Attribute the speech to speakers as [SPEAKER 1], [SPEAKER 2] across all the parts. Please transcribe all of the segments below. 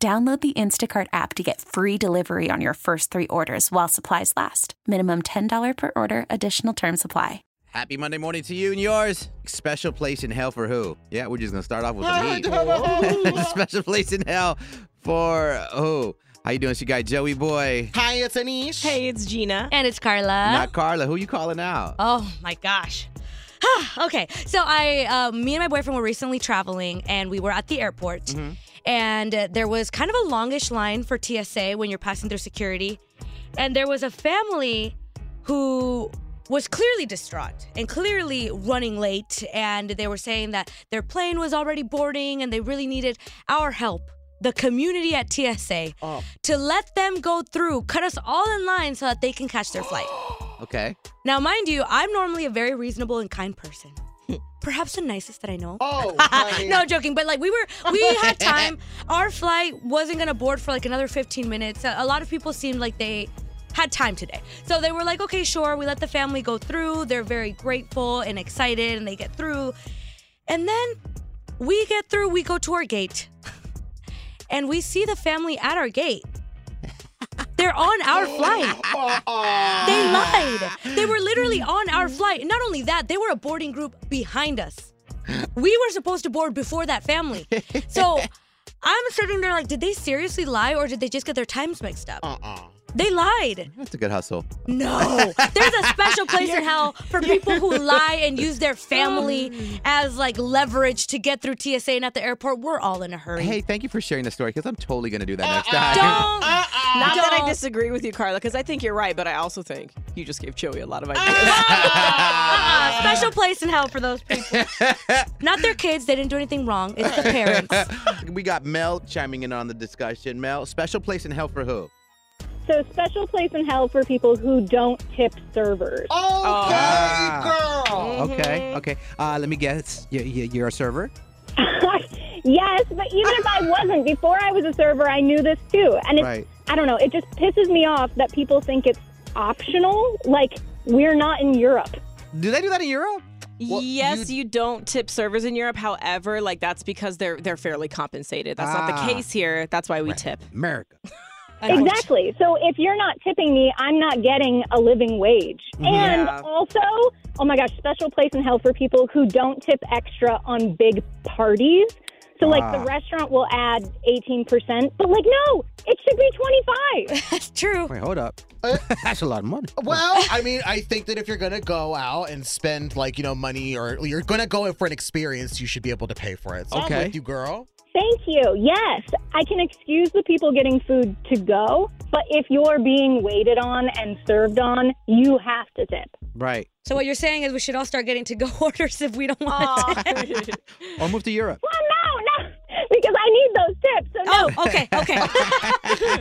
[SPEAKER 1] Download the Instacart app to get free delivery on your first three orders while supplies last. Minimum $10 per order, additional term supply.
[SPEAKER 2] Happy Monday morning to you and yours. Special place in hell for who? Yeah, we're just gonna start off with a meat. Special place in hell for who? How you doing? It's your guy Joey Boy.
[SPEAKER 3] Hi, it's Anish.
[SPEAKER 4] Hey, it's Gina.
[SPEAKER 5] And it's Carla.
[SPEAKER 2] Not Carla. Who you calling out?
[SPEAKER 5] oh my gosh. okay, so I, uh, me and my boyfriend were recently traveling, and we were at the airport, and uh, there was kind of a longish line for TSA when you're passing through security, and there was a family who was clearly distraught and clearly running late, and they were saying that their plane was already boarding, and they really needed our help. The community at TSA to let them go through, cut us all in line so that they can catch their flight.
[SPEAKER 2] Okay.
[SPEAKER 5] Now, mind you, I'm normally a very reasonable and kind person. Perhaps the nicest that I know. Ah,
[SPEAKER 3] Oh, hi.
[SPEAKER 5] No joking, but like we were, we had time. Our flight wasn't gonna board for like another 15 minutes. A a lot of people seemed like they had time today. So they were like, okay, sure, we let the family go through. They're very grateful and excited and they get through. And then we get through, we go to our gate, and we see the family at our gate. They're on our flight.
[SPEAKER 3] Oh,
[SPEAKER 5] They
[SPEAKER 4] Ah.
[SPEAKER 5] lied. They were literally on our flight. And not only that, they were a boarding group behind us. We were supposed to board before that family. So I'm sitting there like, did they seriously lie or did they just get their times mixed
[SPEAKER 4] Uh.
[SPEAKER 5] up?
[SPEAKER 3] Uh-uh.
[SPEAKER 5] They lied.
[SPEAKER 2] That's a good hustle.
[SPEAKER 5] No. There's a special place in hell for people who lie and use their
[SPEAKER 4] Oh.
[SPEAKER 5] family as like leverage to get through TSA and at the airport. We're all in a hurry.
[SPEAKER 2] Hey, thank you for sharing the story because I'm totally gonna do that next
[SPEAKER 3] Uh-uh.
[SPEAKER 2] time.
[SPEAKER 5] Don't.
[SPEAKER 4] Uh-uh. Not that I
[SPEAKER 5] don't.
[SPEAKER 4] disagree with you, Carla, because I think you're right, but I also think you just gave Joey a lot of ideas.
[SPEAKER 5] Uh-uh. Special place in hell for those people. Not their kids. They didn't do anything wrong. It's the parents.
[SPEAKER 2] we got Mel chiming in on the discussion. Mel, special place in hell for who?
[SPEAKER 6] So special place in hell for people who don't tip servers.
[SPEAKER 3] Okay,
[SPEAKER 2] Ah.
[SPEAKER 3] girl.
[SPEAKER 4] Mm.
[SPEAKER 2] Okay, okay. Uh, let me guess. You, you, you're a server.
[SPEAKER 6] yes, but even if I wasn't, before I was a server, I knew this too. And it's,
[SPEAKER 2] Right.
[SPEAKER 6] I don't know, it just pisses me off that people think it's optional. Like, we're not in Europe.
[SPEAKER 2] Do they do that in Europe? Well,
[SPEAKER 4] yes, you... don't tip servers in Europe. However, like that's because they're they're fairly compensated. That's not
[SPEAKER 2] Ah.
[SPEAKER 4] the case here. That's why we tip.
[SPEAKER 2] America.
[SPEAKER 6] Exactly. So if you're not tipping me, I'm not getting a living wage.
[SPEAKER 2] Mm-hmm.
[SPEAKER 6] And
[SPEAKER 4] Yeah.
[SPEAKER 6] also, oh my gosh, special place in hell for people who don't tip extra on big parties. So like
[SPEAKER 2] Ah.
[SPEAKER 6] the restaurant will add 18%, but like no, it should be 25.
[SPEAKER 5] That's true.
[SPEAKER 2] Wait, hold up.
[SPEAKER 3] Uh,
[SPEAKER 2] That's a lot of money.
[SPEAKER 3] Well, I mean, I think that if you're gonna go out and spend like you know money or you're gonna go in for an experience, you should be able to pay for it. So
[SPEAKER 2] Okay.
[SPEAKER 3] I'm with you, girl.
[SPEAKER 6] Thank you. Yes, I can excuse the people getting food to go, but if you're being waited on and served on, you have to tip.
[SPEAKER 2] Right.
[SPEAKER 5] So what you're saying is we should all start getting to go orders if we don't want to.
[SPEAKER 2] Or move to Europe.
[SPEAKER 6] Well, no, no, because I need those tips. So no.
[SPEAKER 5] Oh, okay, okay.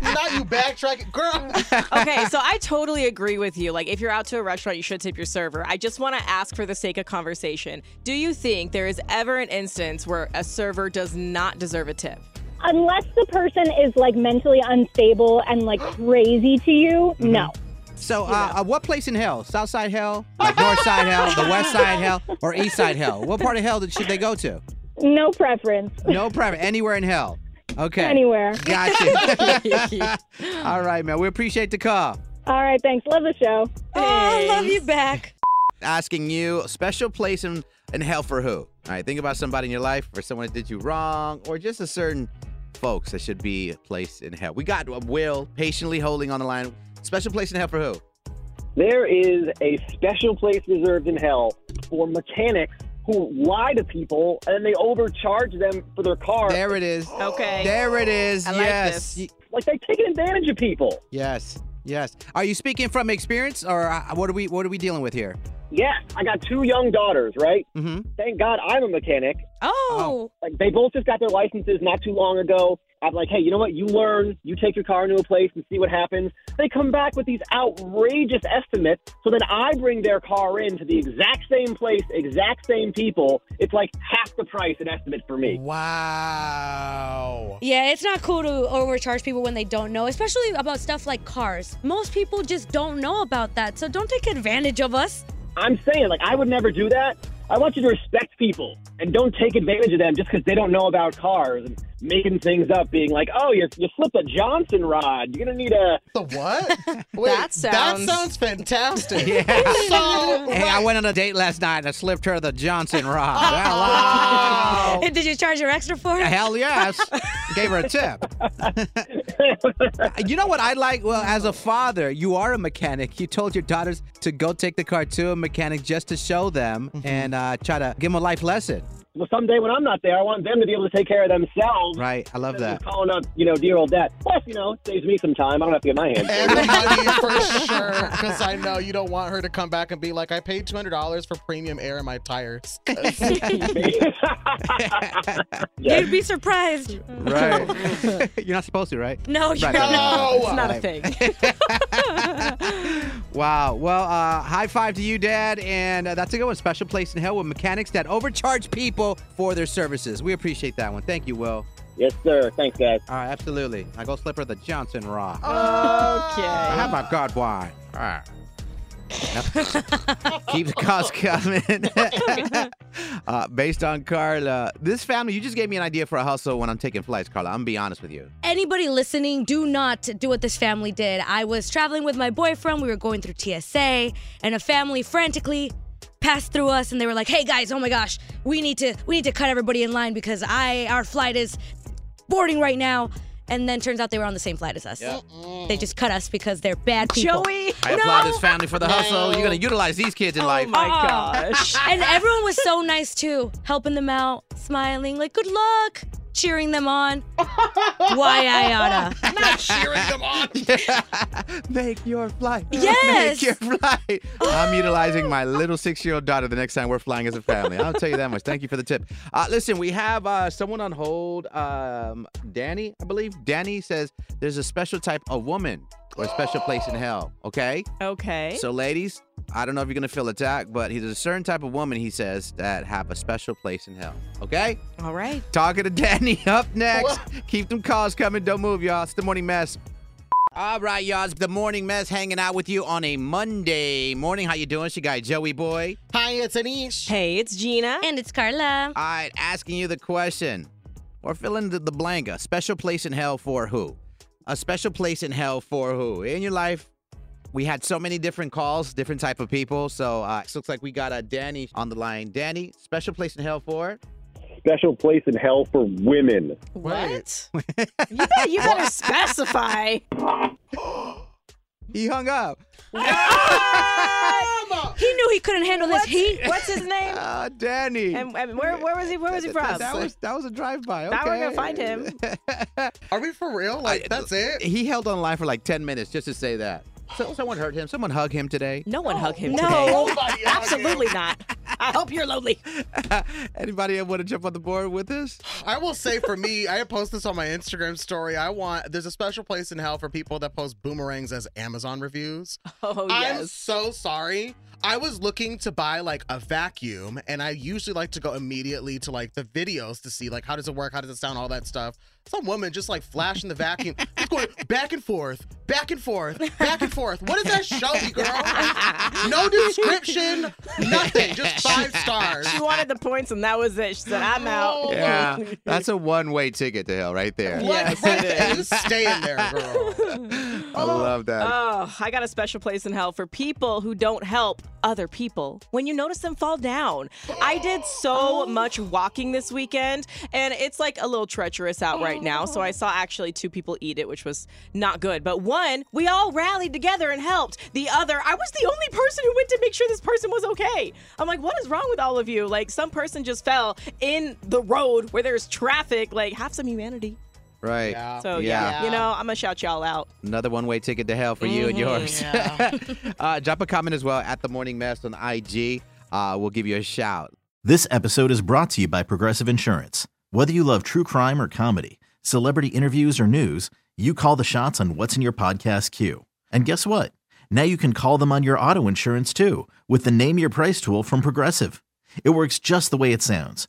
[SPEAKER 3] now you backtrack, girl.
[SPEAKER 4] okay, so I totally agree with you. Like, if you're out to a restaurant, you should tip your server. I just want to ask for the sake of conversation do you think there is ever an instance where a server does not deserve a tip?
[SPEAKER 6] Unless the person is like mentally unstable and like crazy to you, no.
[SPEAKER 2] So, uh, uh, what place in hell? South side hell, like north side hell, the west side hell, or east side hell? What part of hell did- should they go to?
[SPEAKER 6] No preference
[SPEAKER 2] No private. Anywhere in hell. Okay.
[SPEAKER 6] anywhere.
[SPEAKER 2] Gotcha. All right, man. We appreciate the call.
[SPEAKER 6] All right, thanks. Love the show.
[SPEAKER 5] Oh, I love you back.
[SPEAKER 2] Asking you special place in, in hell for who? All right. Think about somebody in your life or someone that did you wrong or just a certain folks that should be placed in hell. We got uh, Will patiently holding on the line. Special place in hell for who?
[SPEAKER 7] There is a special place reserved in hell for mechanics who lie to people and they overcharge them for their car.
[SPEAKER 2] There it is.
[SPEAKER 4] Okay.
[SPEAKER 2] There it is.
[SPEAKER 4] I like
[SPEAKER 2] yes.
[SPEAKER 4] this.
[SPEAKER 2] Y-
[SPEAKER 7] Like they take advantage of people.
[SPEAKER 2] Yes. Yes. Are you speaking from experience or uh, what are we what are we dealing with here?
[SPEAKER 7] Yeah, I got two young daughters, right?
[SPEAKER 2] Mhm.
[SPEAKER 7] Thank God I'm a mechanic.
[SPEAKER 5] Oh,
[SPEAKER 7] Like they both just got their licenses not too long ago. I'm like, hey, you know what? You learn, you take your car into a place and see what happens. They come back with these outrageous estimates. So then I bring their car in to the exact same place, exact same people. It's like half the price an estimate for me.
[SPEAKER 3] Wow.
[SPEAKER 5] Yeah, it's not cool to overcharge people when they don't know, especially about stuff like cars. Most people just don't know about that, so don't take advantage of us.
[SPEAKER 7] I'm saying, like, I would never do that. I want you to respect people and don't take advantage of them just because they don't know about cars and making things up, being like, oh, you, you slipped a Johnson rod. You're going to need a.
[SPEAKER 3] The what? Wait,
[SPEAKER 4] That sounds-
[SPEAKER 3] sounds fantastic.
[SPEAKER 2] Yeah.
[SPEAKER 3] So
[SPEAKER 2] Hey, I went on a date last night and I slipped her the Johnson rod. Hello.
[SPEAKER 5] Did you charge her extra for it?
[SPEAKER 2] Hell yes. Gave her a tip. you know what I like? Well, as a father, you are a mechanic. You told your daughters to go take the car to a mechanic just to show them and uh, try to give them a life lesson.
[SPEAKER 7] Well, someday when I'm not there, I want them to be able to take care of themselves.
[SPEAKER 2] Right. I love
[SPEAKER 7] instead of
[SPEAKER 2] that.
[SPEAKER 7] just Calling up, you know, dear old dad. Plus, you know, saves me some time. I don't have to get my hands. dirty.
[SPEAKER 3] and money for sure, because I know you don't want her to come back and be like, I paid two hundred dollars for premium air in my tires. 'Cause-
[SPEAKER 5] You'd be surprised.
[SPEAKER 2] Right. You're not supposed to, right?
[SPEAKER 5] No, you're
[SPEAKER 2] Right.
[SPEAKER 5] not.
[SPEAKER 3] no.
[SPEAKER 4] It's not
[SPEAKER 2] Oh,
[SPEAKER 4] a thing.
[SPEAKER 2] Wow. Well, uh, high five to you, Dad. And uh, that's a good one. Special place in hell with mechanics that overcharge people for their services. We appreciate that one. Thank you, Will.
[SPEAKER 7] yes, sir. Thanks, guys.
[SPEAKER 2] All right, absolutely. I go slip her the Johnson rod.
[SPEAKER 4] Okay.
[SPEAKER 2] I have my God wine. All right. Keep the calls coming. uh, based on Carla, this family, you just gave me an idea for a hustle when I'm taking flights, Carla. I'm gonna be honest with you.
[SPEAKER 5] Anybody listening, do not do what this family did. I was traveling with my boyfriend. We were going through TSA, and a family frantically passed through us, and they were like, "Hey guys, oh my gosh, we need to we need to cut everybody in line because I our flight is boarding right now." And then turns out they were on the same flight as us. They just cut us because they're bad people.
[SPEAKER 4] Joey.
[SPEAKER 2] I applaud this family for the hustle. You're gonna utilize these kids in life.
[SPEAKER 4] My gosh.
[SPEAKER 5] And everyone was so nice too, helping them out, smiling, like good luck, cheering them on. Why I oughta.
[SPEAKER 2] Make your flight. Make
[SPEAKER 5] Yes.
[SPEAKER 2] your flight. I'm utilizing my little six year old daughter the next time we're flying as a family. I'll tell you that much. Thank you for the tip. Uh, listen, we have uh, someone on hold. Um, Danny, I believe. Danny says there's a special type of woman or a special place in hell. Okay?
[SPEAKER 4] Okay.
[SPEAKER 2] So, ladies, I don't know if you're going to feel attacked, but he's a certain type of woman, he says, that have a special place in hell. Okay?
[SPEAKER 4] All right.
[SPEAKER 2] Talking to Danny up next. Keep them calls coming. Don't move, y'all. It's the morning mess. All right, y'all. It's the morning mess hanging out with you on a Monday morning. How you doing? She got Joey Boy.
[SPEAKER 3] Hi, it's Anish.
[SPEAKER 4] Hey, it's Gina.
[SPEAKER 5] And it's Carla.
[SPEAKER 2] All right, asking you the question. Or fill in the, the blank. A special place in hell for who? A special place in hell for who? In your life, we had so many different calls, different type of people. So uh, it looks like we got uh, Danny on the line. Danny, special place in hell for?
[SPEAKER 7] Special place in hell for women.
[SPEAKER 4] What? you, better, you better specify.
[SPEAKER 2] He hung up.
[SPEAKER 5] He knew he couldn't handle this heat.
[SPEAKER 4] What's his name?
[SPEAKER 2] Ah, Danny.
[SPEAKER 4] And, and where, where was he? Where was he from?
[SPEAKER 2] That was that was a drive by. Okay.
[SPEAKER 4] Now we're gonna find him.
[SPEAKER 3] Are we for real? Like that's it?
[SPEAKER 2] He held on line for like ten minutes just to say that. So, someone hurt him. Someone hug him today.
[SPEAKER 4] No one hug him
[SPEAKER 5] no.
[SPEAKER 4] today.
[SPEAKER 3] Nobody argued.
[SPEAKER 4] Absolutely not. I hope you're lonely.
[SPEAKER 2] Anybody want to jump on the board with us?
[SPEAKER 3] I will say for me, I post this on my Instagram story. I want there's a special place in hell for people that post boomerangs as Amazon reviews.
[SPEAKER 4] Oh
[SPEAKER 3] I'm
[SPEAKER 4] yes.
[SPEAKER 3] so sorry. I was looking to buy like a vacuum, and I usually like to go immediately to like the videos to see like how does it work, how does it sound, all that stuff. Some woman just like flashing the vacuum, just going back and forth, back and forth, back and forth. What does that show me, girl? No description, nothing, just five stars.
[SPEAKER 4] She wanted the points, and that was it. She said, "I'm out."
[SPEAKER 2] Yeah, that's a one way ticket to hell right there.
[SPEAKER 4] Yes,
[SPEAKER 3] Right?
[SPEAKER 4] it
[SPEAKER 3] You
[SPEAKER 4] is.
[SPEAKER 3] stay in there, girl.
[SPEAKER 2] I love that.
[SPEAKER 4] Oh, I got a special place in hell for people who don't help other people when you notice them fall down. I did so much walking this weekend, and it's like a little treacherous out right now. So I saw actually two people eat it, which was not good. But one, we all rallied together and helped. The other, I was the only person who went to make sure this person was okay. I'm like, what is wrong with all of you? Like, some person just fell in the road where there's traffic. Like, have some humanity.
[SPEAKER 2] right.
[SPEAKER 3] Yeah.
[SPEAKER 4] So,
[SPEAKER 2] Yeah.
[SPEAKER 4] yeah, you know, I'm gonna shout y'all out.
[SPEAKER 2] Another one way ticket to hell for you
[SPEAKER 4] Mm-hmm.
[SPEAKER 2] and yours. uh, drop a comment as well at the morning mess on IG. Uh, we'll give you a shout.
[SPEAKER 8] This episode is brought to you by Progressive Insurance. Whether you love true crime or comedy, celebrity interviews, or news, you call the shots on what's in your podcast queue. And guess what? Now you can call them on your auto insurance too with the Name Your Price tool from Progressive. It works just the way it sounds.